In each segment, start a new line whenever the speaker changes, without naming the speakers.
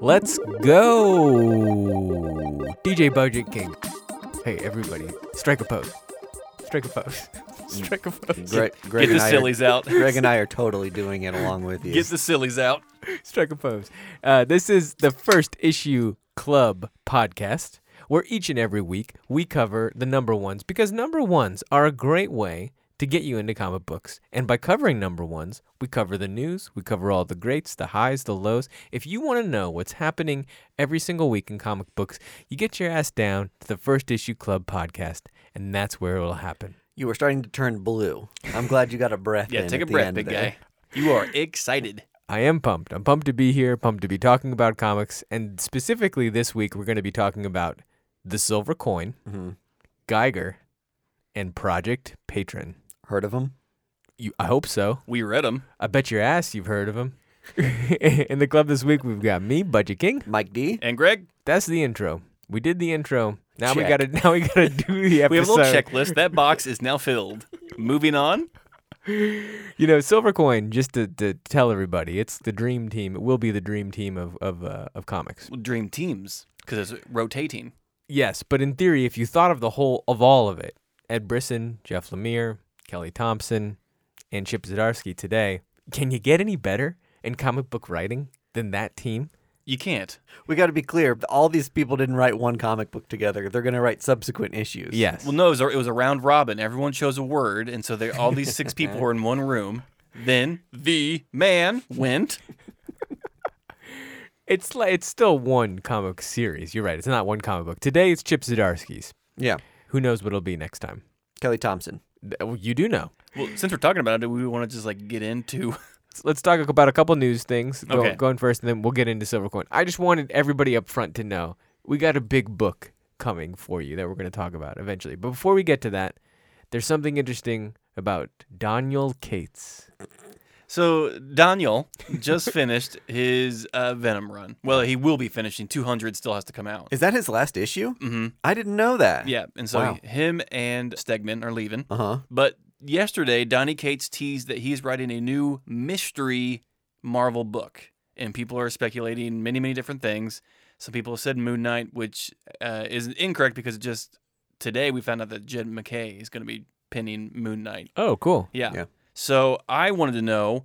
Let's go. DJ Budget King. Hey, everybody, strike a pose. Strike a pose. strike a pose.
Greg, Greg
Get
and
the
I
sillies
are,
out.
Greg and I are totally doing it along with you.
Get the sillies out.
Strike a pose. Uh, this is the first issue club podcast where each and every week we cover the number ones because number ones are a great way to get you into comic books. And by covering number ones, we cover the news, we cover all the greats, the highs, the lows. If you want to know what's happening every single week in comic books, you get your ass down to the first issue club podcast, and that's where it'll happen.
you were starting to turn blue. I'm glad you got a breath.
Yeah,
in
take
at
a
the
breath,
end
big
there.
guy. You are excited.
I am pumped. I'm pumped to be here, pumped to be talking about comics. And specifically this week, we're going to be talking about The Silver Coin,
Mm-hmm.
Mhm.
Geiger, and Project Patron.
Heard of him?
You, I hope so.
We read them.
I bet your ass you've heard of them. In the club this week, we've got me, Budget King.
Mike D.
And Greg,
That's the intro. We did the intro. Now we
Check.
gotta now we gotta do the episode.
we have a little checklist. That box is now filled. Moving on.
You know, Silver Coin. Just to, to tell everybody, it's the dream team. It will be the dream team of of uh, of comics.
Dream teams because it's rotating.
Yes, but in theory, if you thought of the whole of all of it, Ed Brisson, Jeff Lemire, Kelly Thompson, and Chip Zdarsky today, can you get any better in comic book writing than that team?
You can't.
We got to be clear. All these people didn't write one comic book together. They're going to write subsequent issues.
Yes.
Well, no, it was, a, it was a round robin. Everyone chose a word, and so they all these six people were in one room. Then the man went.
It's like it's still one comic series. You're right. It's not one comic book. Today it's Chip Zdarsky's.
Yeah.
Who knows what it'll be next time?
Kelly Thompson.
Th- well, You do know.
Well, since we're talking about it, do we want to just like get into?
So let's talk about a couple news things go,
Okay.
going first and then we'll get into silver coin i just wanted everybody up front to know we got a big book coming for you that we're going to talk about eventually but before we get to that there's something interesting about daniel cates
So Daniel just finished his uh, Venom run. Well, he will be finishing. Two hundred still has to come out.
Is that his last issue?
hmm
I didn't know that.
Yeah, and so
Wow.
him and Stegman are leaving.
Uh huh.
But yesterday, Donnie Cates teased that he's writing a new mystery Marvel book, and people are speculating many, many different things. Some people have said Moon Knight, which uh, is incorrect because just today we found out that Jed McKay is going to be penning Moon Knight.
oh cool
Yeah.
Yeah.
So I wanted to know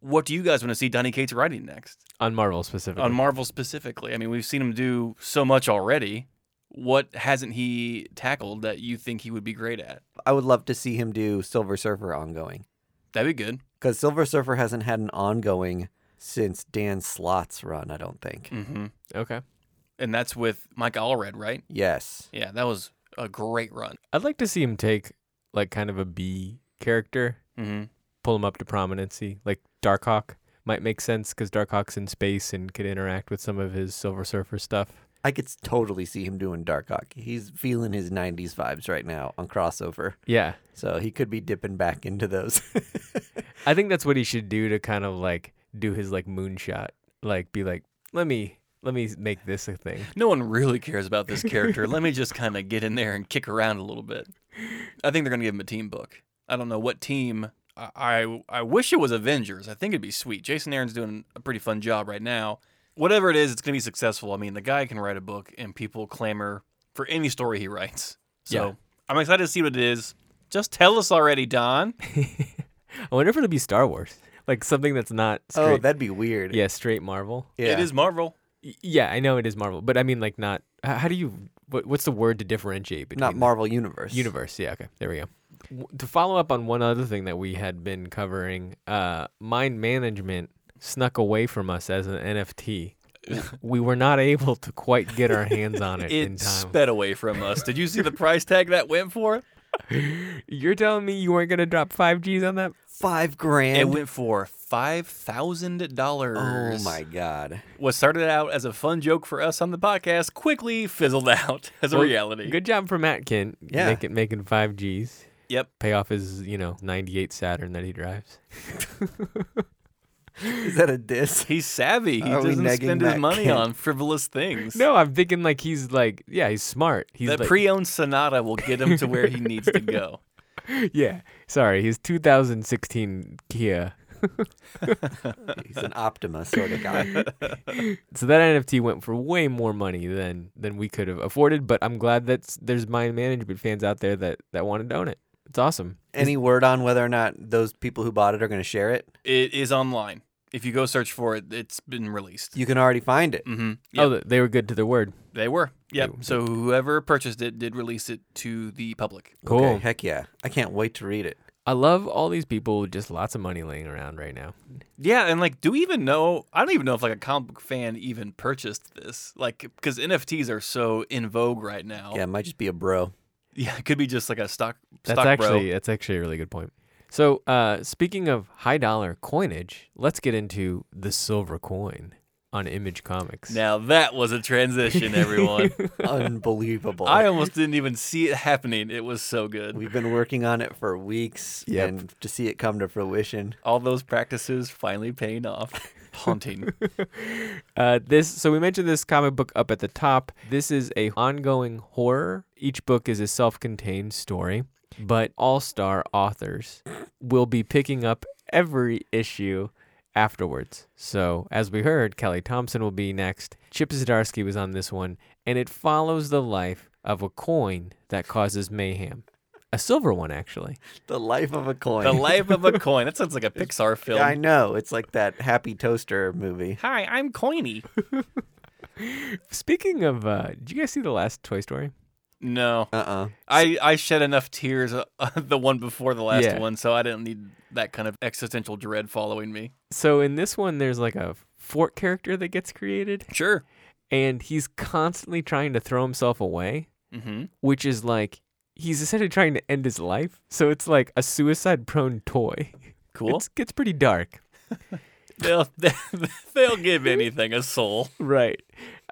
what do you guys want to see Donnie Cates writing next
on marvel specifically
on Marvel specifically? I mean, we've seen him do so much already. What hasn't he tackled that you think he would be great at?
I would love to see him do Silver Surfer ongoing
That'd be good.
because Silver Surfer hasn't had an ongoing since Dan Slott's run. I don't think.
Mm-hmm.
okay
and that's with Mike Allred, right?
Yes.
Yeah, that was a great run.
i'd like to see him take like kind of a b character
Mm-hmm.
pull him up to prominency like darkhawk might make sense because darkhawk's in space and could interact with some of his silver surfer stuff
I could s- totally see him doing Dark Hawk. He's feeling his 90s vibes right now on crossover.
yeah
So he could be dipping back into those.
I think that's what he should do to kind of like do his like moonshot. Like be like, let me let me make this a thing.
No one really cares about this character. Let me just kind of get in there and kick around a little bit. I think they're gonna give him a team book. I don't know what team. I I, I wish it was Avengers. I think it'd be sweet. Jason Aaron's doing a pretty fun job right now. Whatever it is, it's gonna be successful. I mean, the guy can write a book, and people clamor for any story he writes. So
Yeah.
I'm excited to see what it is. Just tell us already, Don.
I wonder if it'll be Star Wars. Like something that's not straight.
oh, that'd be weird.
yeah, straight Marvel.
Yeah.
It is Marvel.
Y- Yeah, I know it is Marvel, but I mean like not h- how do you what, what's the word to differentiate between
Not
the
Marvel Universe.
universe? Yeah, okay. There we go. W- To follow up on one other thing that we had been covering, uh mind management snuck away from us as an NFT. we were not able to quite get our hands on it, in
It
time.
sped away from us. Did you see the price tag that went for?
You're telling me you weren't gonna drop five G's on that?
Five grand.
It went for five thousand dollars.
oh my God.
What started out as a fun joke for us on the podcast quickly fizzled out as a
Well,
reality.
Good job for Matt Kent.
Yeah.
Making, making five G's.
Yep.
Pay off his, you know, 98 Saturn that he drives.
Is that a diss?
He's savvy. He
Are we
doesn't
negging
spend his
Matt
money
Kent?
on frivolous things.
No, I'm thinking like he's like, yeah, he's smart. He's
that
like,
pre-owned Sonata will get him to where he needs to go.
yeah. Sorry, his 2016 Kia
He's an Optima sort of guy.
So that NFT went for way more money than than we could have afforded. But I'm glad that there's mine management fans out there that that want to own it. It's awesome.
Any word on whether or not those people who bought it are going to share it?
It is online. If you go search for it, it's been released.
You can already find it.
Mm-hmm.
Oh, th- they were good to their word.
They were. Yep. So whoever purchased it did release it to the public.
Cool.
Okay, heck yeah. I can't wait to read it.
I love all these people with just lots of money laying around right now.
Yeah, and like, do we even know? I don't even know if like a comic book fan even purchased this, like, because NFTs are so in vogue right now.
Yeah, it might just be a bro.
Yeah, it could be just like a stock.
That's
stock bro.
actually that's actually a really good point. So uh, speaking of high dollar coinage, let's get into the silver coin on Image Comics.
Now that was a transition, everyone.
Unbelievable.
I almost didn't even see it happening. It was so good.
We've been working on it for weeks
Yep.
and to see it come to fruition.
All those practices finally paying off. Haunting.
Uh, this so we mentioned this comic book up at the top. This is a ongoing horror. Each book is a self-contained story, but all-star authors will be picking up every issue afterwards. So as we heard, Kelly Thompson will be next. Chip Zdarsky was on this one, and it follows the life of a coin that causes mayhem. A silver one, actually.
The life of a coin.
the life of a coin. That sounds like a Pixar film.
I know. It's like that Happy Toaster movie.
Hi, I'm Coiny.
Speaking of, uh, did you guys see the last Toy Story?
No,
Uh uh
I, I shed enough tears uh, the one before the last
Yeah.
one, so I didn't need that kind of existential dread following me.
So in this one, there's like a fort character that gets created.
Sure.
and he's constantly trying to throw himself away,
Mm-hmm.
which is like he's essentially trying to end his life. So it's like a suicide-prone toy.
Cool.
It gets pretty dark.
They'll they'll give anything a soul.
Right.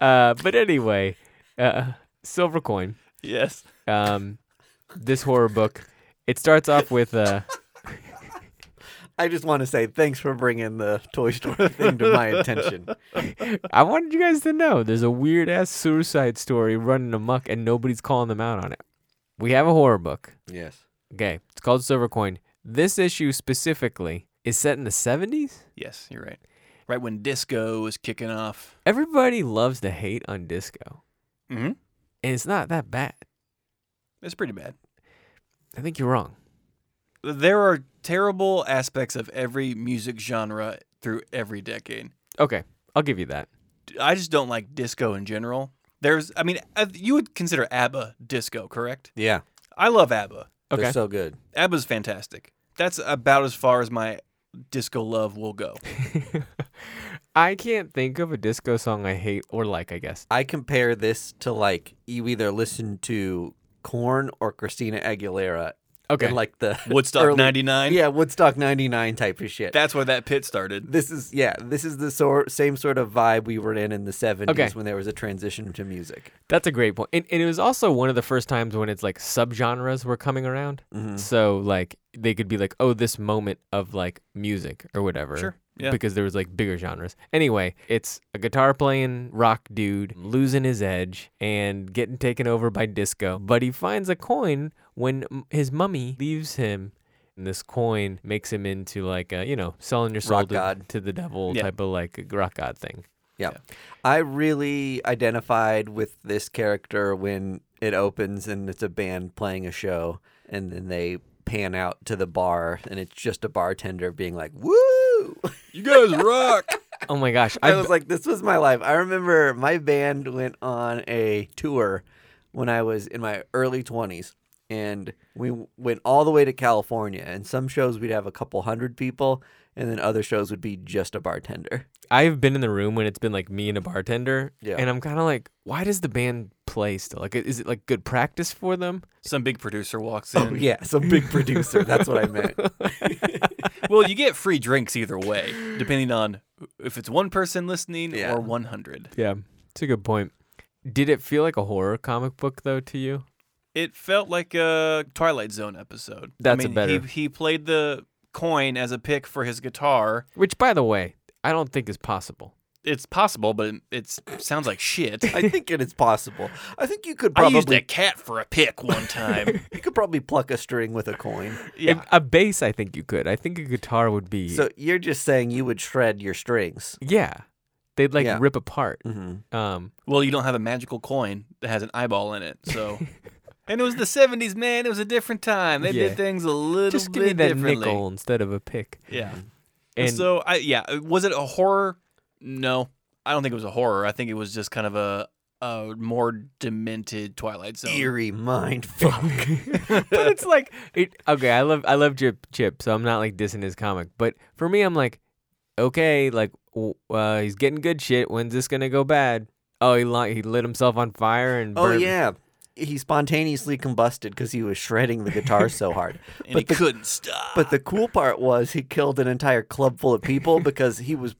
Uh, but anyway, uh, Silver Coin.
Yes.
Um, this horror book. It starts off with uh,
I just want to say thanks for bringing the Toy Story thing to my attention.
I wanted you guys to know there's a weird ass suicide story running amok, and nobody's calling them out on it. We have a horror book.
Yes.
Okay, it's called Silver Coin. This issue specifically is set in the 70s.
Yes, you're right. Right when disco was kicking off.
Everybody loves to hate on disco,
Mm-hmm.
and it's not that bad.
It's pretty bad.
I think you're wrong.
There are terrible aspects of every music genre through every decade.
Okay, I'll give you that.
I just don't like disco in general. There's, I mean, uh, you would consider ABBA disco, correct?
Yeah.
I love ABBA.
Okay.
They're so good.
ABBA's fantastic. That's about as far as my disco love will go.
I can't think of a disco song I hate or like, I guess.
I compare this to like you either listen to Corn or Christina Aguilera.
Okay.
in, like the
Woodstock
early-
'99.
Yeah, Woodstock 99 type of shit.
that's where that pit started.
this is yeah, this is the sor- same sort of vibe we were in in the 70s
Okay.
when there was a transition to music.
That's a great point. And, and it was also one of the first times when it's like subgenres were coming around. So, like, they could be like, oh, this moment of like music or whatever.
Sure, yeah.
Because there was like bigger genres. Anyway, it's a guitar playing rock dude losing his edge and getting taken over by disco. But he finds a coin when m- his mummy leaves him. And this coin makes him into like a, you know, selling your soul
Rock
to,
god.
to the devil
Yeah.
type of like rock god thing.
Yeah. I really identified with this character when it opens and it's a band playing a show and then they pan out to the bar and it's just a bartender being like, "Woo!"
You guys rock.
Oh my gosh.
I
I
was like, this was my life. I remember my band went on a tour when I was in my early 20s, and we w- went all the way to California. And some shows we'd have a couple hundred people, and then other shows would be just a bartender.
I've been in the room when it's been like me and a bartender,
Yeah.
and I'm kind of like, why does the band play still? Like, is it like good practice for them?
Some big producer walks in.
Yeah, some big producer. That's what I meant.
Well, you get free drinks either way, depending on if it's one person listening
Yeah.
or 100.
Yeah, it's a good point. Did it feel like a horror comic book though to you?
It felt like a Twilight Zone episode.
That's a
I mean,
better-
He, he played the coin as a pick for his guitar.
Which, by the way, I don't think is possible.
it's possible, but it, it's, sounds like shit.
I think it is possible. I think you could
I used
probably
a cat for a pick one time.
you could probably pluck a string with a coin.
If-
yeah.
a bass, I think you could. I think a guitar would be.
So you're just saying you would shred your strings.
yeah, they'd like
Yeah.
rip apart.
Mm-hmm.
Um,
Well, you don't have a magical coin that has an eyeball in it, so. and it was the '70s, man. It was a different time. They
Yeah.
did things a little
just give
bit
me that
differently.
nickel instead of a pick.
Yeah.
And
so I yeah, uh, was it a horror? No, I don't think it was a horror. I think it was just kind of a a more demented Twilight Zone.
Eerie mind fuck.
but it's like it, okay, I love I love Chip Chip, so I'm not like dissing his comic. But for me, I'm like, okay, like w- uh, he's getting good shit. When's this gonna go bad? Oh, he li- he lit himself on fire and
oh
burned-
yeah, he spontaneously combusted because he was shredding the guitar so hard.
and
but
he
the-
couldn't stop.
But the cool part was he killed an entire club full of people because he was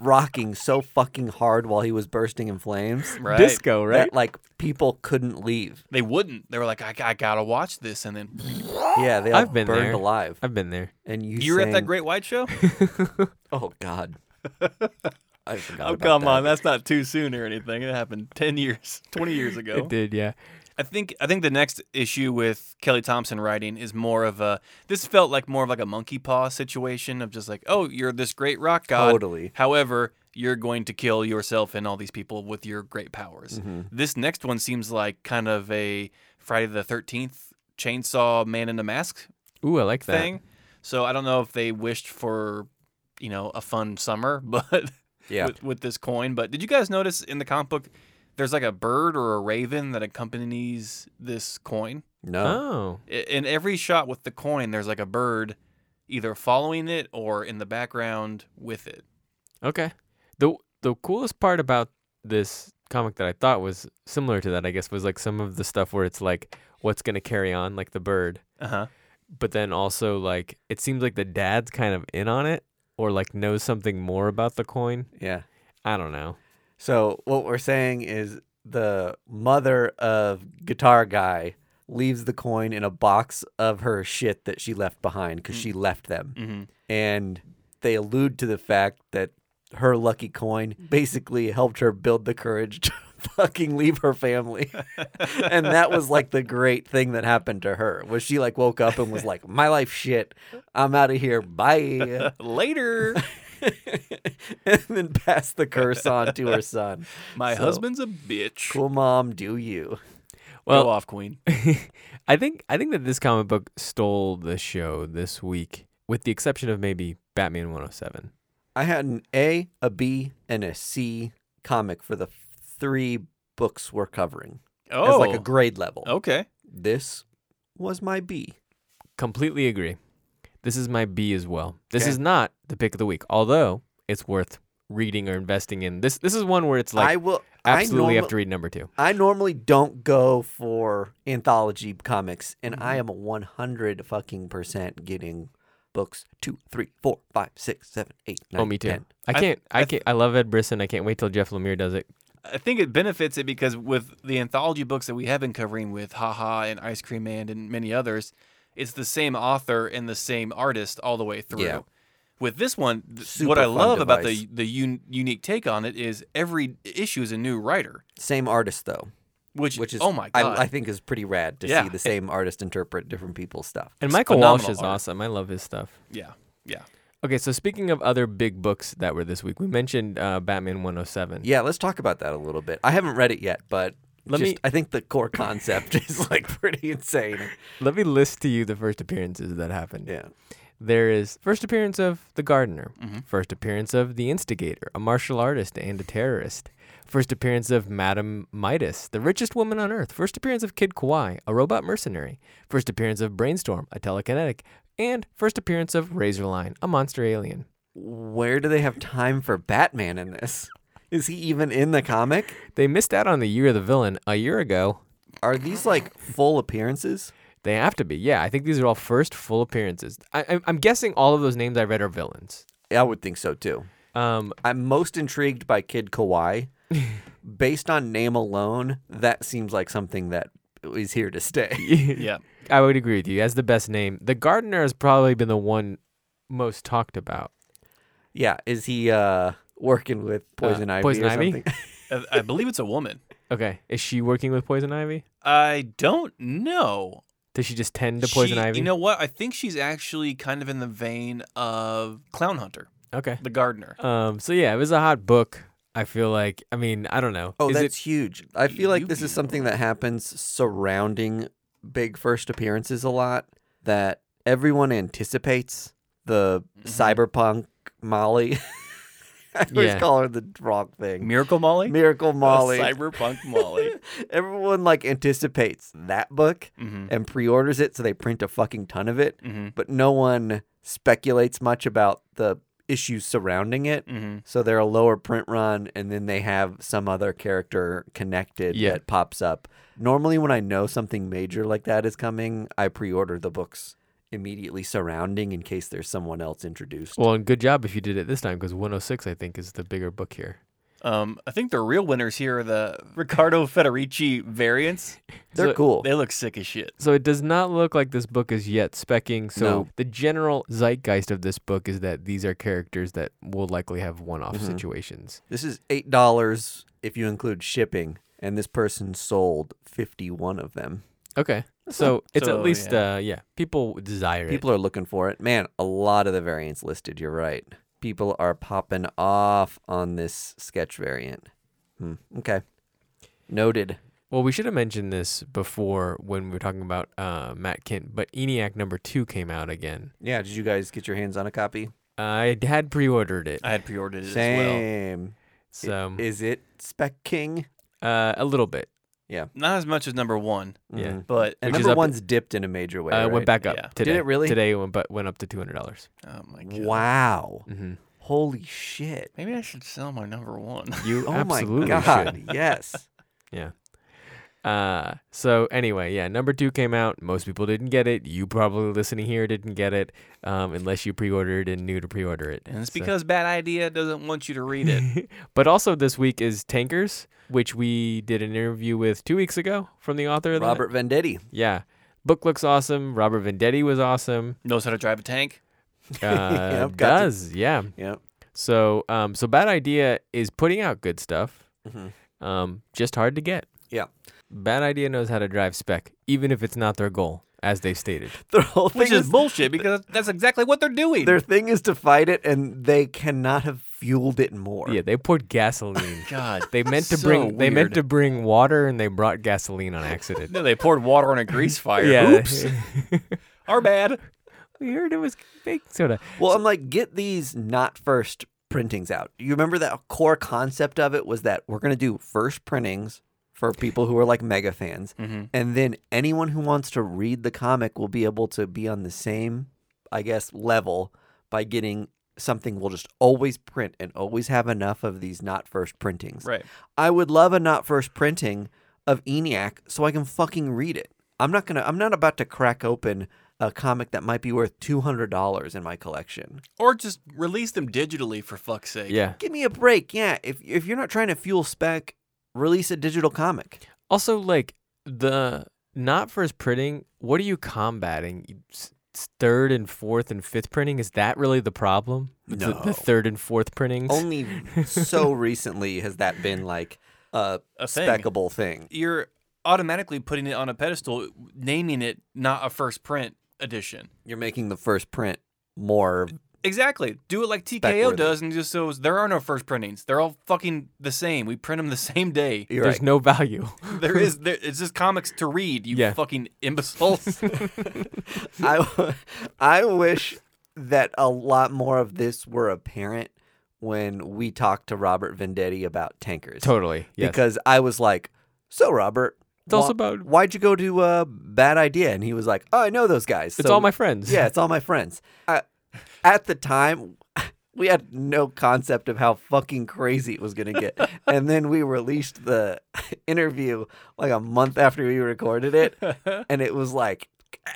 rocking so fucking hard while he was bursting in flames
right?
disco, right?
that like people couldn't leave.
They wouldn't. They were like, I, I gotta watch this, and then
Yeah, they all
I've been
burned
there.
alive.
I've been there.
And you
you were at that
sang-
Great White Show.
Oh God. I forgot
Oh
about
come
that.
on, that's not too soon or anything. It happened ten years, twenty years ago.
It did, yeah.
I think I think the next issue with Kelly Thompson writing is more of a. This felt like more of like a monkey paw situation of just like, oh, you're this great rock god.
Totally.
However, you're going to kill yourself and all these people with your great powers. This next one seems like kind of a Friday the Thirteenth chainsaw man in a mask
Ooh, I like that.
thing. So I don't know if they wished for, you know, a fun summer, but
Yeah.
with, with this coin. But did you guys notice in the comic book there's like a bird or a raven that accompanies this coin?
No.
Oh,
I- In every shot with the coin, there's like a bird either following it or in the background with it.
okay. the The coolest part about this comic that I thought was similar to that, I guess, was like some of the stuff where it's like, what's gonna carry on, like the bird,
Uh
Uh-huh.
huh.
but then also like it seems like the dad's kind of in on it or like knows something more about the coin.
Yeah.
I don't know.
So what we're saying is the mother of Guitar Guy leaves the coin in a box of her shit that she left behind because she left them,
hmm
and they allude to the fact that her lucky coin basically helped her build the courage to fucking leave her family and that was like the great thing that happened to her was she like woke up and was like my life shit i'm out of here bye
Later,
and then passed the curse on to her son
my
So-
husband's a bitch.
Cool mom, do you?
Well-
Go off, Queen.
I think I think that this comic book stole the show this week, with the exception of maybe Batman 107.
I had an A, a B, and a C comic for the three books we're covering.
Oh,
As like a grade level.
Oh.
okay.
This was my B.
Completely agree. This is my B as well. This
Okay.
is not the pick of the week, although it's worth reading or investing in. This this is one where it's
I
like
will
absolutely
I, norma-
have to read number two.
I normally don't go for anthology comics, and
Mm-hmm.
I am a one hundred fucking percent getting books two, three, four, five, six, seven, eight, nine.
oh, me too.
10.
I
I-
can't. I,
I-
can't. I love Ed Brisson. I can't wait till Jeff Lemire does it.
I think it benefits it because with the anthology books that we have been covering with Haha and Ice Cream Man and many others, it's the same author and the same artist all the way through.
Yeah.
With this one, th-
Super
what I
fun
love about the
device.
the un- unique take on it is every issue is a new writer,
Same artist though,
which,
which is
oh my god,
I, I think is pretty rad to
Yeah.
see the same artist interpret different people's stuff.
And
It's
Michael Walsh
phenomenal
is
art.
awesome. I love his stuff.
yeah, yeah.
Okay, so speaking of other big books that were this week, we mentioned uh, Batman 107.
Yeah, let's talk about that a little bit. I haven't read it yet, but
Let
just-
me-
I think the core concept is like pretty insane.
Let me list to you the first appearances that happened.
Yeah. Mm-hmm.
There is first appearance of the gardener, first appearance of the instigator, a martial artist and a terrorist, first appearance of Madame Midas, the richest woman on earth, first appearance of Kid Kawhi, a robot mercenary, first appearance of Brainstorm, a telekinetic, and first appearance of Razorline, a monster alien.
Where do they have time for Batman in this? Is he even in the comic?
They missed out on the year of the villain a year ago.
Are these like full appearances?
They have to be. Yeah, I think these are all first full appearances. I, I'm, I'm guessing all of those names I read are villains.
I would think so too.
Um,
I'm most intrigued by Kid Kawhi. Based on name alone, that seems like something that is here to stay.
Yeah.
I would agree with you. That's the best name. The gardener has probably been the one most talked about.
Yeah, is he uh working with Poison Ivy
Poison
or
Ivy?
something.
I, I believe it's a woman.
Okay. Is she working with Poison Ivy?
I don't know.
Does she just tend to Poison
She-
Ivy?
You know what? I think she's actually kind of in the vein of Clown Hunter,
okay.
the gardener.
Um. So yeah, it was a hot book. I feel like. I mean, I don't know.
Oh,
Is
that's
it,
huge. I feel like this
Yu-Gi-Oh.
is something that happens surrounding big first appearances a lot that everyone anticipates the
Mm-hmm.
cyberpunk Molly. I always
Yeah. Oh,
call her the wrong thing.
Miracle Molly?
Miracle
Uh,
Molly.
Cyberpunk Molly.
everyone like anticipates that book
mm-hmm.
and pre-orders it so they print a fucking ton of it,
Mm-hmm.
but no one speculates much about the issues surrounding it.
Mm-hmm.
So they're a lower print run, and then they have some other character connected
Yeah.
that pops up. Normally, when I know something major like that is coming, I pre order the books immediately surrounding in case there's someone else introduced.
well, and good job if you did it this time because 106, I think, is the bigger book here.
Um, I think the real winners here are the Riccardo Federici variants.
they're
so-
cool.
They look sick as shit.
So it does not look like this book is yet specking. So
No.
the general zeitgeist of this book is that these are characters that will likely have one-off
Mhm.
situations.
this is $8 if you include shipping, and this person sold 51 of them.
Okay. So it's
So,
at least
yeah.
uh yeah, people desire
People are looking for it. Man, a lot of the variants listed. You're right. People are popping off on this sketch variant. Hmm. Okay. Noted.
it. Well, we should have mentioned this before when we were talking about uh Matt Kent, but ENIAC number 2 came out again.
Yeah, did you guys get your hands on a copy?
I had pre-ordered it.
I had pre-ordered it as well.
Same.
So
Is it Spec King?
uh a little bit.
Not as much as number one,
Yeah.
Mhm.
but
And
Which is
number
up-
one's dipped in a major way.
Uh, it
right?
went back up
Yeah. Did
today.
it really?
Today it went, but went up to $200.
oh my god,
Wow.
Mhm.
Holy shit.
maybe I should sell my number one.
You
Oh
absolutely
my
should.
god. yes.
Uh, so anyway, yeah, number two came out. Most people didn't get it. You probably listening here didn't get it, um, unless you pre-ordered and knew to pre-order it.
And it's
So-
because Bad Idea doesn't want you to read it.
but also this week is Tankers, which we did an interview with two weeks ago from the author. of that.
Robert Vendetti.
Yeah, book looks awesome. Robert Vendetti was awesome.
Knows how to drive a tank.
Uh,
I've got to-
does yeah.
Yep.
So um, so bad idea is putting out good stuff.
Mhm.
Um, just hard to get.
Yeah.
Bad idea knows how to drive spec, even if it's not their goal, as they've stated.
Their whole
Which
thing
is bullshit because that's exactly what they're doing.
their thing is to fight it and they cannot have fueled it more.
Yeah, they poured gasoline.
God,
They meant to
So
bring they meant
weird.
to bring water and they brought gasoline on accident.
no, they poured water on a grease fire.
yeah.
Oops, our bad.
we heard it was baking soda.
Well, I'm like, get these not first printings out. You remember that core concept of it was that we're going to do first printings for people who are like mega fans.
Mhm.
And then anyone who wants to read the comic will be able to be on the same, I guess, level by getting something we'll just always print and always have enough of these not first printings.
Right.
I would love a not first printing of ENIAC so I can fucking read it. I'm not gonna. I'm not about to crack open a comic that might be worth two hundred dollars in my collection.
Or just release them digitally for fuck's sake.
Yeah.
Give me a break. Yeah. If if you're not trying to fuel spec, release a digital comic.
Also like the not first printing, what are you combating? You s- s- Third and fourth and fifth printing is that really the problem? The,
No.
the third and fourth printings.
Only so recently has that been like a,
A thing.
speckable thing.
You're automatically putting it on a pedestal, naming it not a first print edition.
You're making the first print more.
Exactly. Do it like TKO
Spec-worthy.
does and just so there are no first printings. They're all fucking the same. We print them the same day.
You're
There's
right.
no value.
There is there, it's just comics to read, you
Yeah.
fucking imbeciles.
I, w- I wish that a lot more of this were apparent when we talked to Robert Vendetti about tankers.
totally. Yes.
Because I was like, so Robert,
Tell us
wha-
about-
why'd you go to uh, Bad Idea? And he was like, oh, I know those guys.
it's
So-
all my friends.
Yeah, it's all my friends. I, at the time, we had no concept of how fucking crazy it was going to get. and then we released the interview like a month after we recorded it. And it was like,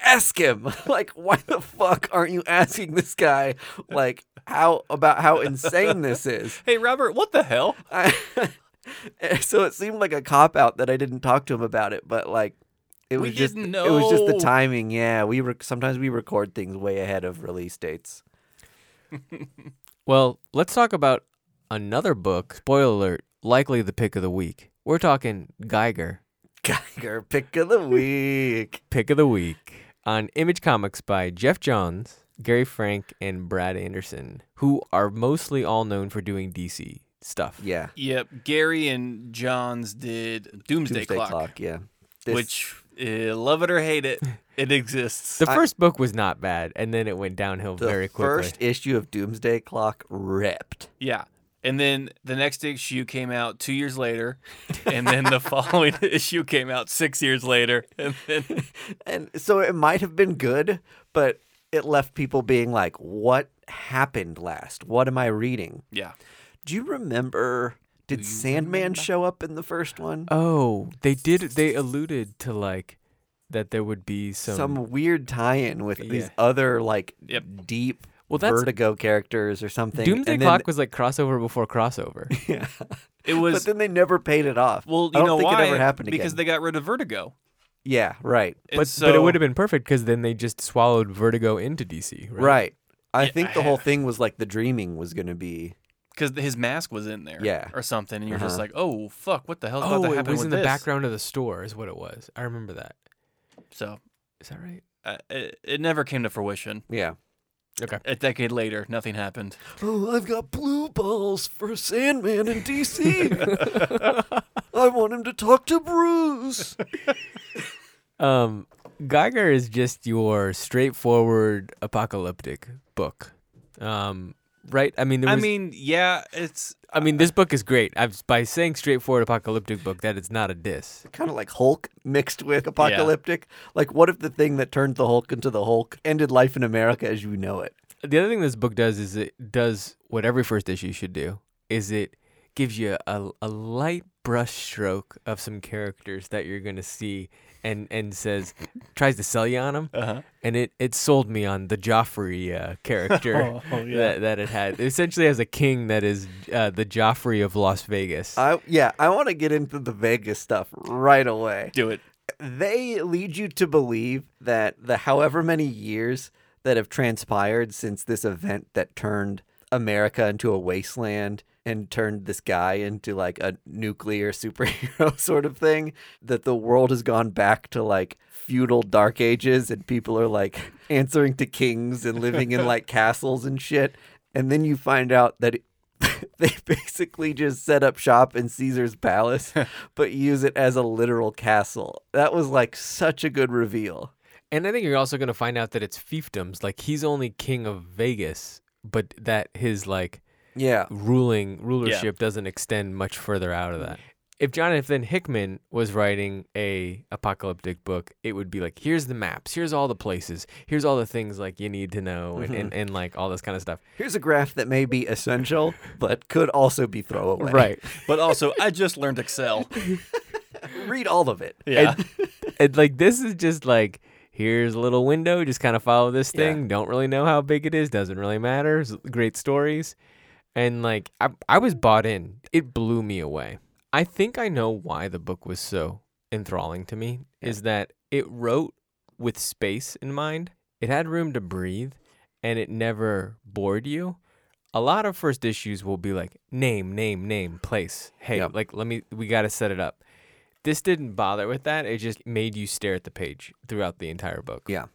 ask him. like, why the fuck aren't you asking this guy, like, how about how insane this is?
hey Robert, what the hell?
I, so it seemed like a cop out that I didn't talk to him about it, but like it
We
was just
didn't
it was just
know.
the timing. Yeah, we rec- sometimes we record things way ahead of release dates.
Well, let's talk about another book. Spoiler alert, likely the pick of the week. We're talking Geiger,
Geiger pick of the week.
pick of the week on Image Comics by Jeff Johns, Gary Frank, and Brad Anderson, who are mostly all known for doing DC stuff.
Yeah.
Yep, Gary and Johns did Doomsday,
Doomsday
Clock,
Yeah.
which eh, love it or hate it, it exists.
The first book was not bad, and then it went downhill
the
very quickly.
first issue of Doomsday Clock ripped.
yeah. And then the next issue came out two years later, and then the following issue came out six years later, and then
And so it might have been good, but it left people being like, what happened last? What am I reading?
yeah,
Do you remember? Did Sandman show up in the first one?
Oh, they did. They alluded to like that there would be some.
Some weird tie-in with these
Yeah.
other like
Yep.
deep
Well, that's-
vertigo characters or something.
Doomsday
and then-
Clock was like crossover before crossover.
it was.
but then they never paid it off.
well, you
I don't
know
think
why?
it ever happened again.
because they got rid of Vertigo.
yeah, right,
And
but
so,
but it would have been perfect because then they just swallowed Vertigo into DC. Right.
right. I think the whole thing was like the dreaming was going to be
because his mask was in there,
Yeah.
or something, and you're just like, oh fuck, what the hell's about
Oh,
to
it
happen
was
with
in the
this?
background of the store, is what it was. I remember that.
So
Is that right?
uh, it, it never came to fruition.
yeah.
A decade later, nothing happened.
Oh, I've got blue balls for Sandman in DC. I want him to talk to Bruce.
Um, Geiger is just your straightforward apocalyptic book. Um, right? I mean, there
I
was-
mean, yeah, it's
I mean, this book is great. I've, by saying straightforward apocalyptic book, that it's not a diss.
kind of like Hulk mixed with apocalyptic. Like, what if the thing that turned the Hulk into the Hulk ended life in America as you know it?
The other thing this book does is it does what every first issue should do is it gives you a, a light brush stroke of some characters that you're going to see and and says tries to sell you on them and it, it sold me on the Joffrey uh, character that, that it had it essentially has a king that is uh, the Joffrey of Las Vegas
I yeah, I want to get into the Vegas stuff right away.
do it.
They lead you to believe that the however many years that have transpired since this event that turned America into a wasteland and turned this guy into like a nuclear superhero sort of thing that the world has gone back to like feudal dark ages and people are like answering to kings and living in like castles and shit and then you find out that they basically just set up shop in Caesar's palace, but use it as a literal castle. That was like such a good reveal.
and I think you're also going to find out that it's fiefdoms like he's only king of Vegas but that his like
Yeah.
ruling rulership doesn't extend much further out of that. If Jonathan Hickman was writing a apocalyptic book, it would be like, here's the maps, here's all the places, here's all the things like you need to know, and, and, and like all this kind of stuff.
Here's a graph that may be essential, but could also be throwaway.
But also, I just learned Excel.
Read all of it.
Yeah,
and like this is just like here's a little window just kind of follow this
Yeah.
thing don't really know how big it is doesn't really matter s- great stories and like I, I was bought in it blew me away i think i know why the book was so enthralling to me is that it wrote with space in mind it had room to breathe and it never bored you a lot of first issues will be like name name name place hey
Yep.
like let me we got to set it up this didn't bother with that. It just made you stare at the page throughout the entire book.
Yeah.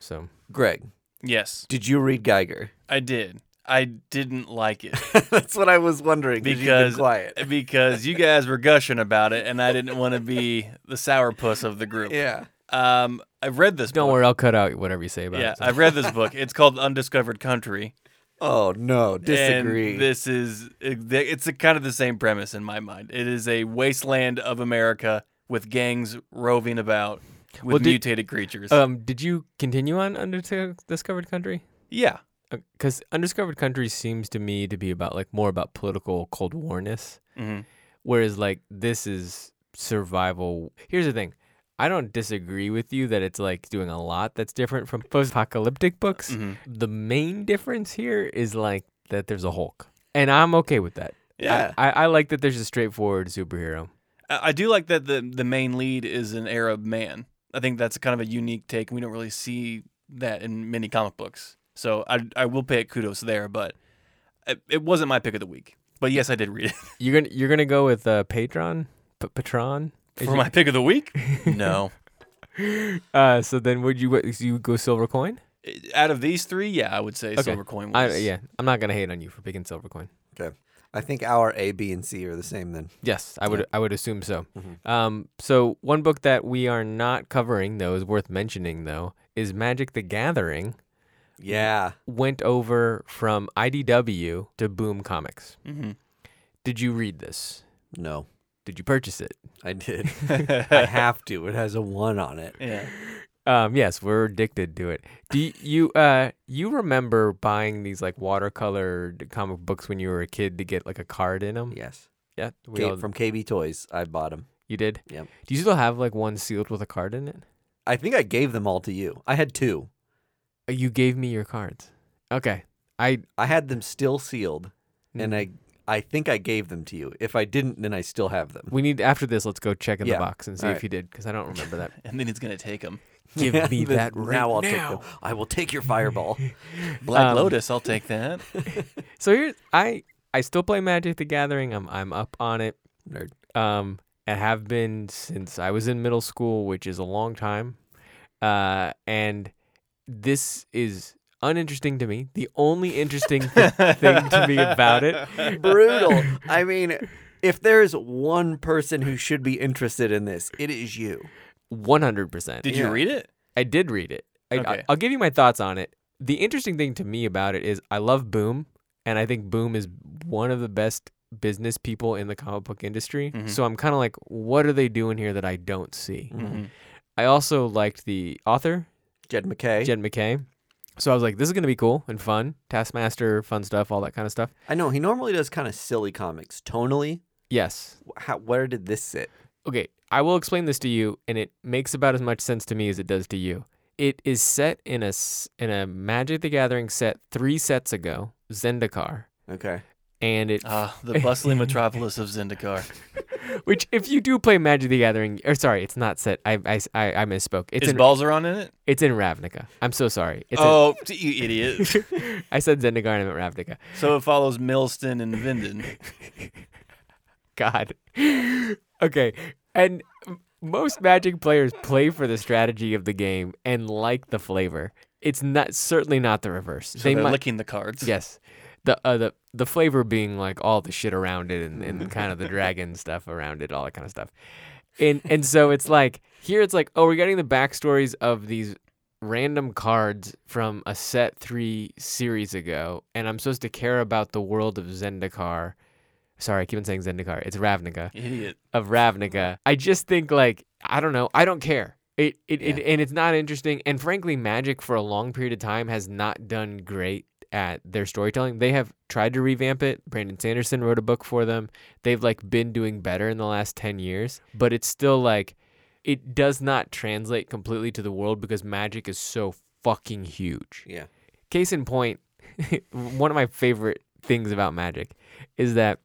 So
Greg,
yes,
did you read Geiger?
I did. I didn't like it
That's what I was wondering because you've
because
been quiet.
because you guys were gushing about it, and I didn't want to be the sourpuss of the group.
Yeah.
Um, I've read this.
don't
book.
worry, I'll cut out whatever you say about
Yeah,
it. So-
I've read this book. It's called Undiscovered Country.
Oh no,
And
disagree.
this is it- it's a kind of the same premise in my mind. It is a wasteland of America with gangs roving about with
Well, did-
mutated creatures.
Uh,
um, did you continue on Undiscovered Country?
yeah,
Because Undiscovered Country seems to me to be about like more about political Cold Warness,
Mhm.
whereas like this is survival. Here's the thing. I don't disagree with you that it's like doing a lot that's different from post-apocalyptic books. The main difference here is like that there's a Hulk, and I'm okay with that.
yeah.
I, I like that there's a straightforward superhero.
I, I do like that the the main lead is an Arab man. I think that's kind of a unique take. We don't really see that in many comic books, so I I will pay it kudos there. But it, it wasn't my pick of the week. But yes, I did read it.
You're gonna you're gonna go with uh, Patron, P- Patron. Is
For
it-
my pick of the week? No.
Uh, so then would you would you go silver coin?
Out of these three, yeah, I would say Silver Coin
I,
was.
yeah, I'm not gonna hate on you for picking silver coin.
Okay. I think our A, B, and C are the same then.
Yes, I would I would assume so.
Mm-hmm.
Um, so one book that we are not covering though is worth mentioning though is Magic the Gathering
Yeah.
went over from IDW to Boom Comics.
Mhm.
Did you read this?
No,
Did you purchase it?
I did. I have to. It has a one on it.
Yeah.
Um, yes, we're addicted to it. Do y- you uh you remember buying these like watercolored comic books when you were a kid to get like a card in them?
Yes.
Yeah, we
K-
all-
from KB Toys, I bought them.
you did.
Yep.
Do you still have like one sealed with a card in it?
I think I gave them all to you. I had two.
Uh, You gave me your cards. Okay, I
I had them still sealed, and
Mm-hmm.
I I think I gave them to you. If I didn't, then I still have them.
We need after this. Let's go check in the
Yeah.
box and see
All
if
right.
you did, because I don't remember that.
And then he's going to take them.
Give me
Then
that right
now. I'll
now.
Take them. I will take your fireball.
Black
Um,
Lotus, I'll take that.
So here's I. I still play Magic: The Gathering. I'm I'm up on it.
Nerd.
Um, I have been since I was in middle school, which is a long time. Uh, and this is uninteresting to me. The only interesting th- thing to me about it.
Brutal. I mean, if there is one person who should be interested in this, it is you.
100%.
Did
Yeah.
you read it?
I did read it. I,
Okay.
I, will give you my thoughts on it. The interesting thing to me about it is I love Boom, and I think Boom is one of the best business people in the comic book industry.
Mhm.
So I'm kind of like, what are they doing here that I don't see?
Mm-hmm.
I also liked the author,
Jed McKay.
Jed McKay. So I was like, this is going to be cool and fun. Taskmaster, fun stuff, all that kind of stuff.
I know he normally does kind of silly comics tonally.
Yes.
wh- How, where did this sit?
Okay, I will explain this to you, and it makes about as much sense to me as it does to you. It is set in a s- in a Magic the Gathering set three sets ago, Zendikar,
Okay.
and it
Ah, the bustling metropolis of Zendikar.
which if you do play Magic the Gathering, or sorry, it's not set. I I, I, I misspoke. It's
is
in
Balzaron in it?
it's in Ravnica. I'm so sorry. It's in-
oh, t- you idiot.
I said Zendikar and I meant Ravnica.
so it follows Milston and Vinden.
God. Okay. And m- most Magic players play for the strategy of the game and like the flavor. It's not certainly not the reverse.
So
they
they are
might,
licking the cards.
yes, the uh, the the flavor being like all the shit around it and, and kind of the dragon stuff around it, all that kind of stuff. And and so it's like here it's like oh we're getting the backstories of these random cards from a set three series ago, and I'm supposed to care about the world of Zendikar. Sorry, I keep on saying Zendikar. It's Ravnica
Idiot.
of Ravnica. I just think like I don't know. I don't care. It it, it and it's not interesting. And frankly, Magic for a long period of time has not done great at their storytelling. They have tried to revamp it. Brandon Sanderson wrote a book for them. They've like been doing better in the last 10 years, but it's still like it does not translate completely to the world because Magic is so fucking huge
Yeah.
case in point, one of my favorite things about Magic is that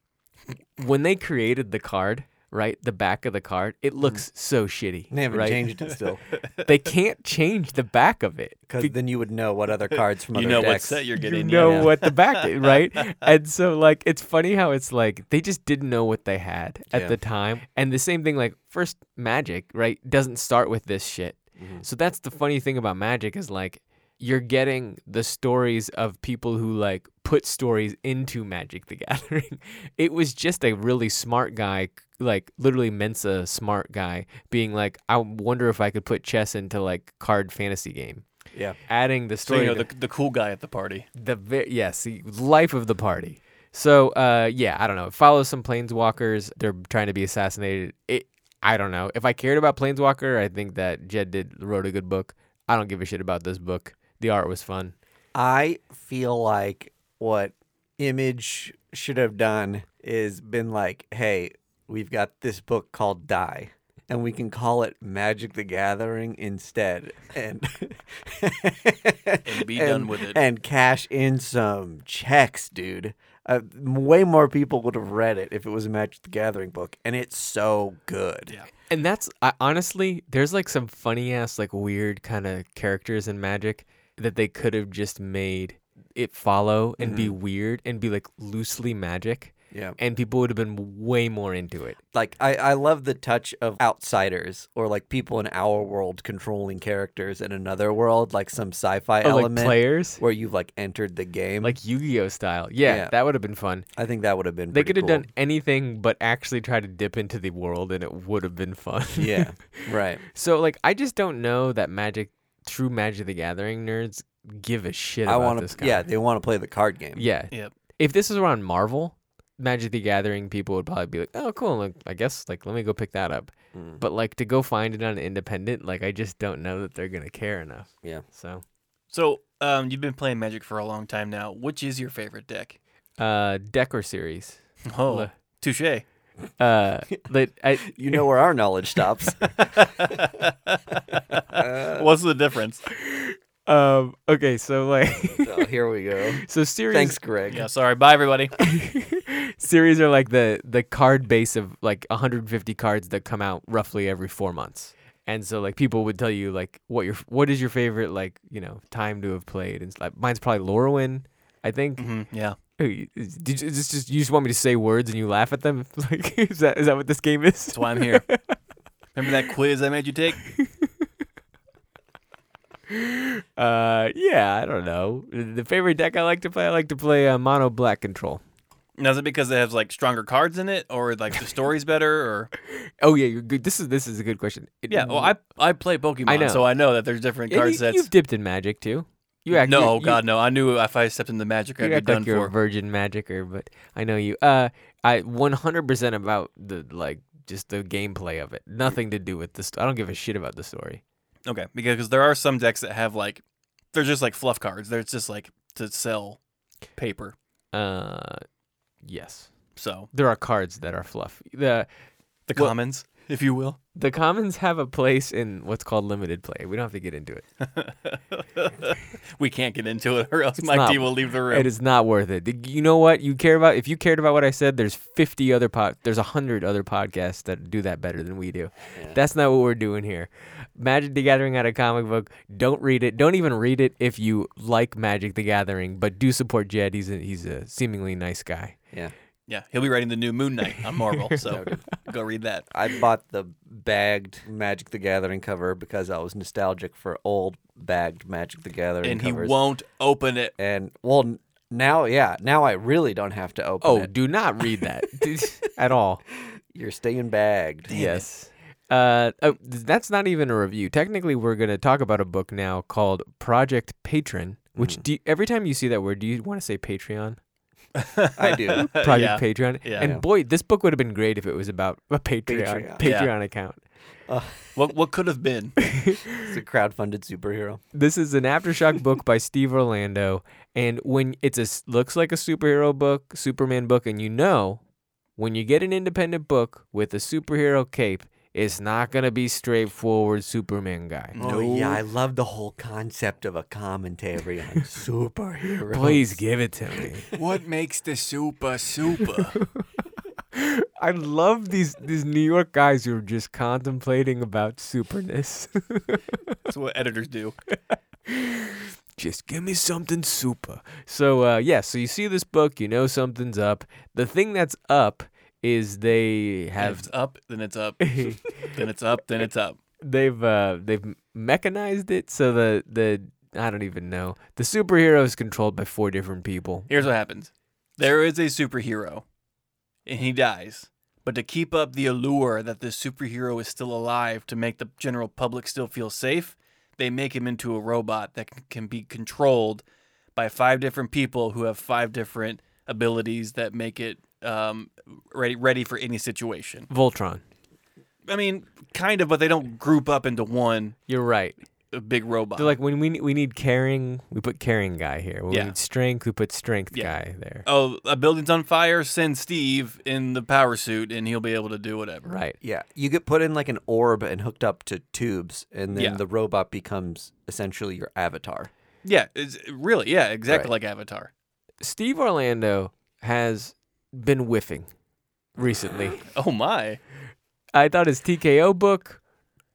when they created the card, right, the back of the card, it looks so shitty.
Mm. They haven't
right?
changed it still,
They can't change the back of it.
because then you would know what other cards from
You
other
know what
decks.
set you're
You
getting.
know
yeah.
what the back is, right? and so, like, it's funny how it's like they just didn't know what they had at
Yeah.
the time. And the same thing, like, first Magic, right, doesn't start with this shit.
Mm-hmm.
So that's the funny thing about magic is like you're getting the stories of people who like put stories into Magic the Gathering. It was just a really smart guy, like literally Mensa smart guy, being like, I wonder if I could put chess into like card fantasy game.
Yeah.
Adding the
So
story
you know
to-
the, the cool guy at the party.
the ve- yes, the life of the party. So uh, yeah, I don't know. It follows some planeswalkers. They're trying to be assassinated. It I don't know. If I cared about planeswalker, I think that Jed did wrote a good book. I don't give a shit about this book. The art was fun.
I feel like what Image should have done is been like, hey, we've got this book called Die, and we can call it Magic the Gathering instead, and
And be
and-
done with it.
and cash in some checks, dude. Uh, way more people would have read it if it was a Magic the Gathering book, and it's so good.
Yeah.
And that's I, honestly, there's like some funny ass, like weird kind of characters in Magic that they could have just made it follow and be weird and be like loosely Magic.
Yeah.
and people would have been way more into it.
Like I, I love the touch of outsiders or like people in our world controlling characters in another world, like some sci-fi
Oh,
element
like players,
where you've like entered the game.
like Yu-Gi-Oh style. Yeah,
Yeah.
that would have been fun.
I think that would have been.
They could
pretty
have done anything but actually try to dip into the world, and it would have been fun.
cool. yeah. Right.
So like, I just don't know that magic, true Magic the Gathering nerds give a shit
I
about
want
this
to.
guy.
Yeah, they want to play the card game.
yeah.
Yep.
If this was around Marvel, Magic the Gathering people would probably be like, "Oh, cool. Like, I guess like let me go pick that up."
Mm.
But like to go find it on independent, like I just don't know that they're gonna care enough.
Yeah.
So,
So, um, you've been playing Magic for a long time now. Which is your favorite deck?
uh, Decor series.
Oh, touche.
Uh, that I
You know where our knowledge stops.
What's the difference?
um okay. So like
oh, here we go.
so series.
Thanks, Greg.
Yeah, sorry. Bye, everybody.
series are like the the card base of like 150 cards that come out roughly every four months and so like people would tell you like what your what is your favorite like you know time to have played and s- like mine's probably Lorwyn I think
Mhm, yeah.
Oh, you- is- did you, is this just you just want me to say words and you laugh at them like is that is that what this game is
That's why I'm here. Remember that quiz I made you take?
uh yeah I don't know the favorite deck I like to play I like to play uh, mono black control
Now, is it because it has like stronger cards in it, or like the story's better, or
oh yeah you're good this is this is a good question It-
yeah? Well, I I play Pokemon,
I know.
so I know that there's different
and
card
you,
sets.
you've dipped in magic too you act
no,
you- you-
God, no. I knew if I stepped into Magic, I'd
you
be
act
done
like you're a
for.
virgin magicker, but I know you. Uh, I 100% about the like just the gameplay of it. Nothing to do with this. I don't give a shit about the story.
Okay, because there are some decks that have like they're just like fluff cards. They're just like to sell paper.
Uh, yes,
So
there are cards that are fluff. the
the
Well-
commons, if you will.
The commons have a place in what's called limited play. We don't have to get into it.
we can't get into it, or else
It's
Mike
not-
D will leave the room.
It is not worth it. Did- You know what? You care about if you cared about what I said. There's 50 other pod. There's 100 other podcasts that do that better than we do. That's not what we're doing here. Magic the Gathering had a comic book. Don't read it. Don't even read it if you like Magic the Gathering. But do support Jed. He's a, he's a seemingly nice guy.
Yeah.
Yeah, he'll be writing the new Moon Knight on Marvel. So go read that.
I bought the bagged Magic the Gathering cover because I was nostalgic for old bagged Magic the Gathering
And he
covers.
won't open it.
And well, n- now yeah, now I really don't have to open
Oh,
it.
do not read that at all.
You're staying bagged.
yes. Uh, oh, th- that's not even a review. Technically, we're going to talk about a book now called Project Patron. Which do you, every time you see that word, do you want to say Patreon?
I do.
Project
yeah.
Patreon.
Yeah.
and
Yeah.
boy, this book would have been great if it was about a Patreon Patreon,
Patreon.
Yeah.
account.
What what could have been?
It's a crowdfunded superhero.
This is an aftershock book by Steve Orlando, and when it's a s- looks like a superhero book, Superman book, and you know, when you get an independent book with a superhero cape, it's not gonna be straightforward Superman guy.
Oh yeah, I love the whole concept of a commentary on superheroes.
Please give it to me.
What makes the super super?
I love these these New York guys who are just contemplating about superness.
That's what editors do.
just give me something super. So uh, yeah, so you see this book, you know something's up. The thing that's up is they
If
have
it's up, then it's up. then it's up, then it's up.
they've uh, they've mechanized it so the the I don't even know the superhero is controlled by four different people.
Here's what happens. There is a superhero and he dies. But to keep up the allure that the superhero is still alive to make the general public still feel safe, they make him into a robot that c- can be controlled by five different people who have five different abilities that make it um, ready ready for any situation.
Voltron.
I mean, kind of, but they don't group up into one
You're right.
uh, big robot.
They're like when we ne- we need caring, we put caring guy here. When
Yeah.
we need strength, we put strength
Yeah.
guy there.
oh, a building's on fire, send Steve in the power suit and he'll be able to do whatever.
Right.
Yeah, you get put in like an orb and hooked up to tubes, and then
Yeah.
the robot becomes essentially your avatar.
Yeah, it's, really. Yeah, exactly like Avatar.
Steve Orlando has been whiffing recently.
Oh my.
I thought his TKO book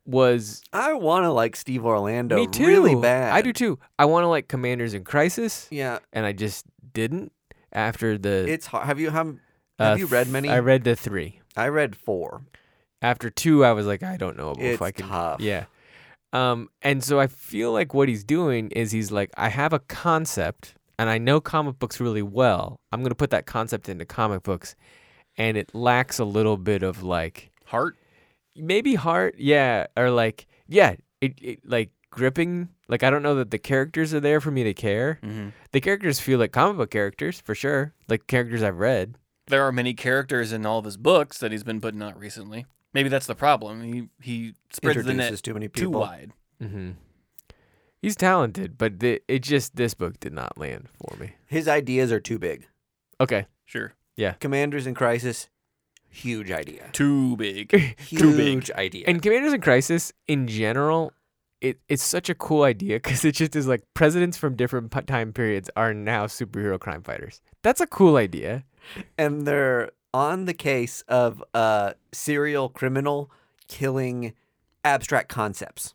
was
I want to like Steve Orlando
me too.
really bad.
I do too. I want to like Commanders in Crisis,
Yeah,
and I just didn't after the
it's hard. Have you? How Have
Uh,
you read many?
I read the three.
I read four.
After two, I was like, I don't know if
It's
I can.
tough.
Yeah. Um, and so I feel like what he's doing is he's like, I have a concept and I know comic books really well. I'm going to put that concept into comic books. And it lacks a little bit of like,
Heart.
maybe heart. Yeah. Or like, yeah, it, it like gripping. Like, I don't know that the characters are there for me to care.
Mm-hmm.
The characters feel like comic book characters for sure, like characters I've read.
There are many characters in all of his books that he's been putting out recently. Maybe that's the problem. He he spreads the net
Introduces too many
too
people.
wide.
Mm-hmm. He's talented, but the, it just, this book did not land for me.
His ideas are too big.
Okay.
Sure.
Commanders in Crisis, huge idea.
Too big.
Huge
Too big.
idea.
And Commanders in Crisis in general, it, it's such a cool idea because it just is like presidents from different po- time periods are now superhero crime fighters. That's a cool idea.
and they're on the case of a serial criminal killing abstract concepts.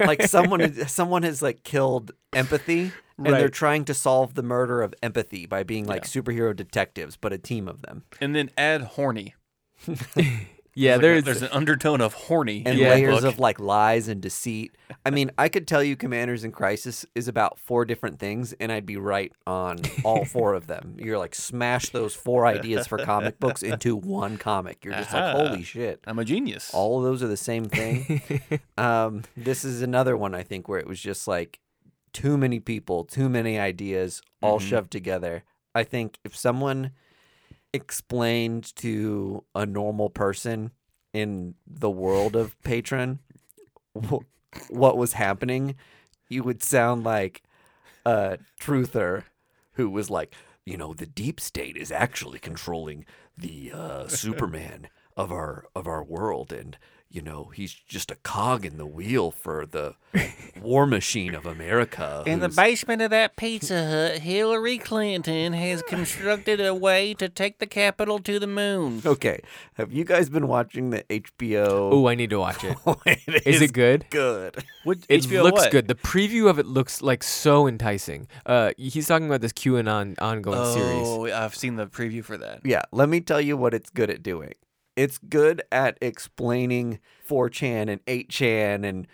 Like someone someone has like killed empathy and they're
Right.
trying to solve the murder of empathy by being like superhero detectives but a team of them.
And then add horny.
yeah,
There's like a-
there's,
there's an undertone of horny
And
in that
layers
book.
of like lies and deceit. I mean, I could tell you Commanders in Crisis is about four different things and I'd be right on all four of them. You're like smash those four ideas for comic books into one comic. You're just
Aha.
like holy shit.
I'm a genius.
all of those are the same thing. um, this is another one I think where it was just like too many people, too many ideas, all shoved together. I think if someone explained to a normal person in the world of patron wh- what was happening, you would sound like a truther who was like, you know, the deep state is actually controlling the uh, Superman of our of our world, and you know, he's just a cog in the wheel for the war machine of America. who's-
basement of that Pizza Hut, Hillary Clinton has constructed a way to take the capital to the moon.
okay, have you guys been watching the HBO?
oh, I need to watch it.
it
Is it good?
good?
It looks good. The preview of it looks like so enticing. Uh, he's talking about this QAnon ongoing series.
Oh, I've seen the preview for that.
Yeah, let me tell you what it's good at doing. It's good at explaining 4chan and 8chan and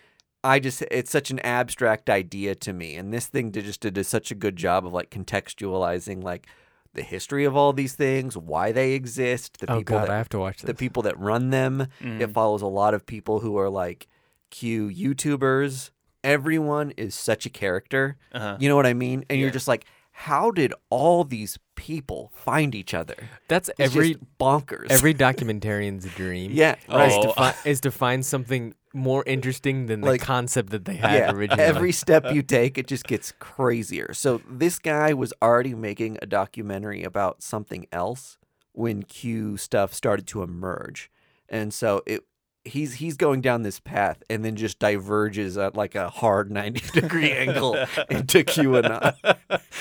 I just it's such an abstract idea to me. And this thing did just did such a good job of like contextualizing like the history of all these things, why they exist, the
Oh
people
god, I
that,
have to watch
the
this.
people that run them. It follows a lot of people who are like Q YouTubers. Everyone is such a character.
Uh-huh.
You know what I mean? And you're just like, how did all these people find each other?
That's
It's
every
just bonkers.
every documentarian's dream.
yeah,
is,
right.
Oh.
to fi- is to find something more interesting than the
Like-
concept that they had
Yeah,
originally.
every step you take, it just gets crazier. So this guy was already making a documentary about something else when Q stuff started to emerge, and so it he's he's going down this path and then just diverges at like a hard ninety degree angle into QAnon.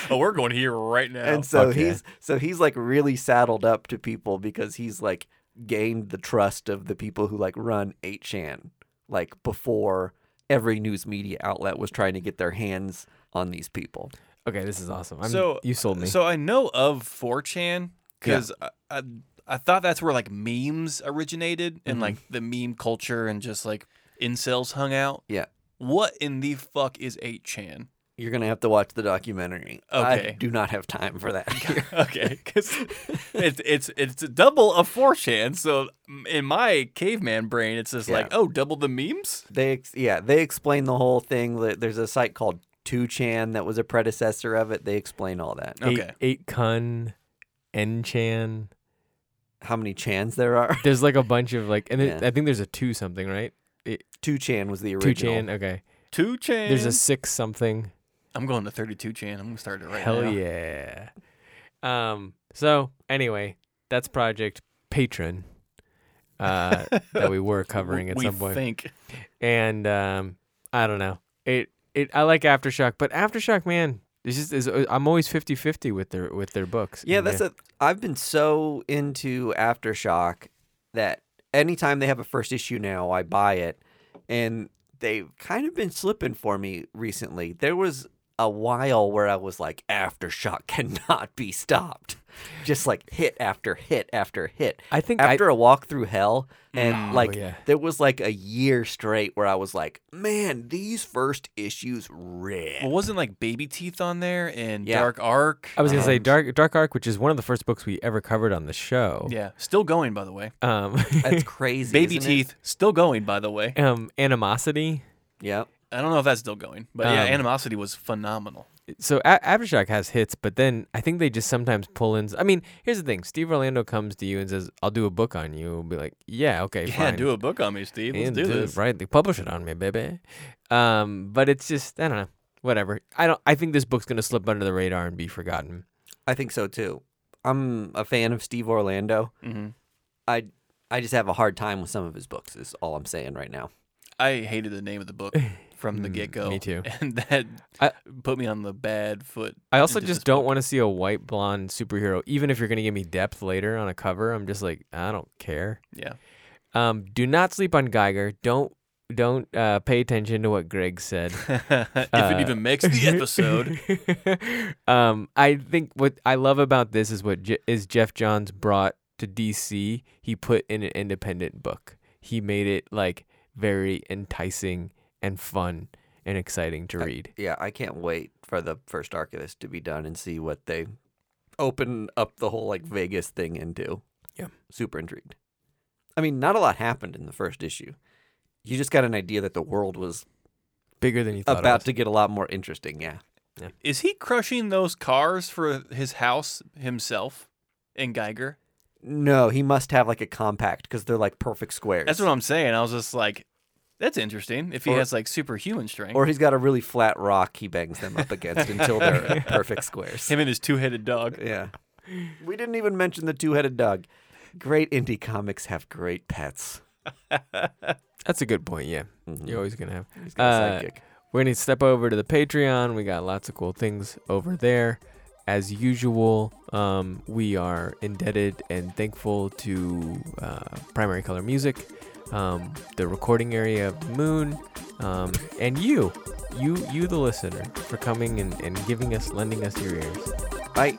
oh, we're going here right now.
And so
fuck yeah.
he's so he's like really saddled up to people because he's like gained the trust of the people who like run 8chan like before every news media outlet was trying to get their hands on these people.
Okay, this is awesome. I'm,
So-
you sold me.
So I know of 4chan because I, I I thought that's where like memes originated and
Mm-hmm.
like the meme culture and just like incels hung out.
Yeah.
What in the fuck is 8chan?
You're going to have to watch the documentary. I
Okay.
do not have time for that. here.
okay, because it's it's it's a double of 4chan. So in my caveman brain, it's just like
Yeah.
oh, double the memes.
they ex- yeah, they explain the whole thing that there's a site called 2chan that was a predecessor of it. They explain all that.
eight,
okay.
eight Kun, N Chan.
How many chans there are?
There's like a bunch of like, and then
Yeah.
I think there's a two something, right?
2chan was the
Two
original.
Chan. Okay.
Two chan.
There's a six something.
I'm going to 32 chan. I'm gonna start it right
Hell
now.
yeah. Um. So anyway, that's Project Patron. Uh, that we were covering at
we
some point.
think.
and um, I don't know. It it I like Aftershock, but Aftershock, man, it's just is I'm always 50-50 with their with their books.
Yeah, that's a. I've been so into Aftershock that anytime they have a first issue now, I buy it, and they've kind of been slipping for me recently. There was a while where I was like, Aftershock cannot be stopped. just like hit after hit after hit.
I think I- Mm. Oh,
after a walk through hell, and like
yeah.
there was like a year straight where I was like, man, these first issues rip.
Well, wasn't like Baby Teeth on there and
Yeah.
Dark Arc?
I was gonna say
and-
Dark Dark Arc, which is one of the first books we ever covered on the show.
Oh, Yeah, still going by the way.
Um,
That's crazy.
Baby
isn't it?
Teeth still going by the way.
um, animosity.
Yep.
I don't know if that's still going, but yeah,
Um,
Animosity was phenomenal.
So a- Aftershock has hits, but then I think they just sometimes pull in. I mean, here's the thing: Steve Orlando comes to you and says, "I'll do a book on you." We'll be like, "Yeah, okay,
Yeah,
fine."
do a book on me, Steve. Let's
And
do
do it,
this.
right? They publish it on me, baby. Um, but it's just I don't know. Whatever. I don't. I think this book's gonna slip under the radar and be forgotten.
I think so too. I'm a fan of Steve Orlando.
hmm
I I just have a hard time with some of his books. Is all I'm saying right now.
I hated the name of the book from the
Mm,
get go.
me too.
And that
I-
put me on the bad foot.
I also
into
just
this
don't want to see a white blonde superhero, even if you're gonna give me depth later on a cover. I'm just like, I don't care.
Yeah.
Um, do not sleep on Geiger. Don't don't uh, pay attention to what Greg said.
if
Uh,
it even makes the episode.
um, I think what I love about this is what Je- is Jeff Johns brought to DC. He put in an independent book. He made it like very enticing and fun and exciting to read.
Yeah, I can't wait for the first Archivist to be done and see what they open up the whole like Vegas thing into.
Yeah.
Super intrigued. I mean, not a lot happened in the first issue. You just got an idea that the world was
Bigger than you thought. it
about
was.
to get a lot more interesting. Yeah.
Is he crushing those cars for his house himself in Geiger?
No, he must have like a compact because they're like perfect squares.
That's what I'm saying. I was just like, that's interesting. If he
Or-
has like superhuman strength,
or he's got a really flat rock he bangs them up against until they're perfect squares.
him and his two headed dog.
Yeah. We didn't even mention the two headed dog. Great indie comics have great pets.
That's a good point. Yeah,
Mhm.
you're always gonna have.
He's got a
Uh,
sidekick.
We're gonna step over to the Patreon. We got lots of cool things over there. As usual, um, we are indebted and thankful to uh, Primary Color Music, um, the recording area of Moon, um, and you, you, you, the listener, for coming and, and giving us, lending us your ears.
Bye.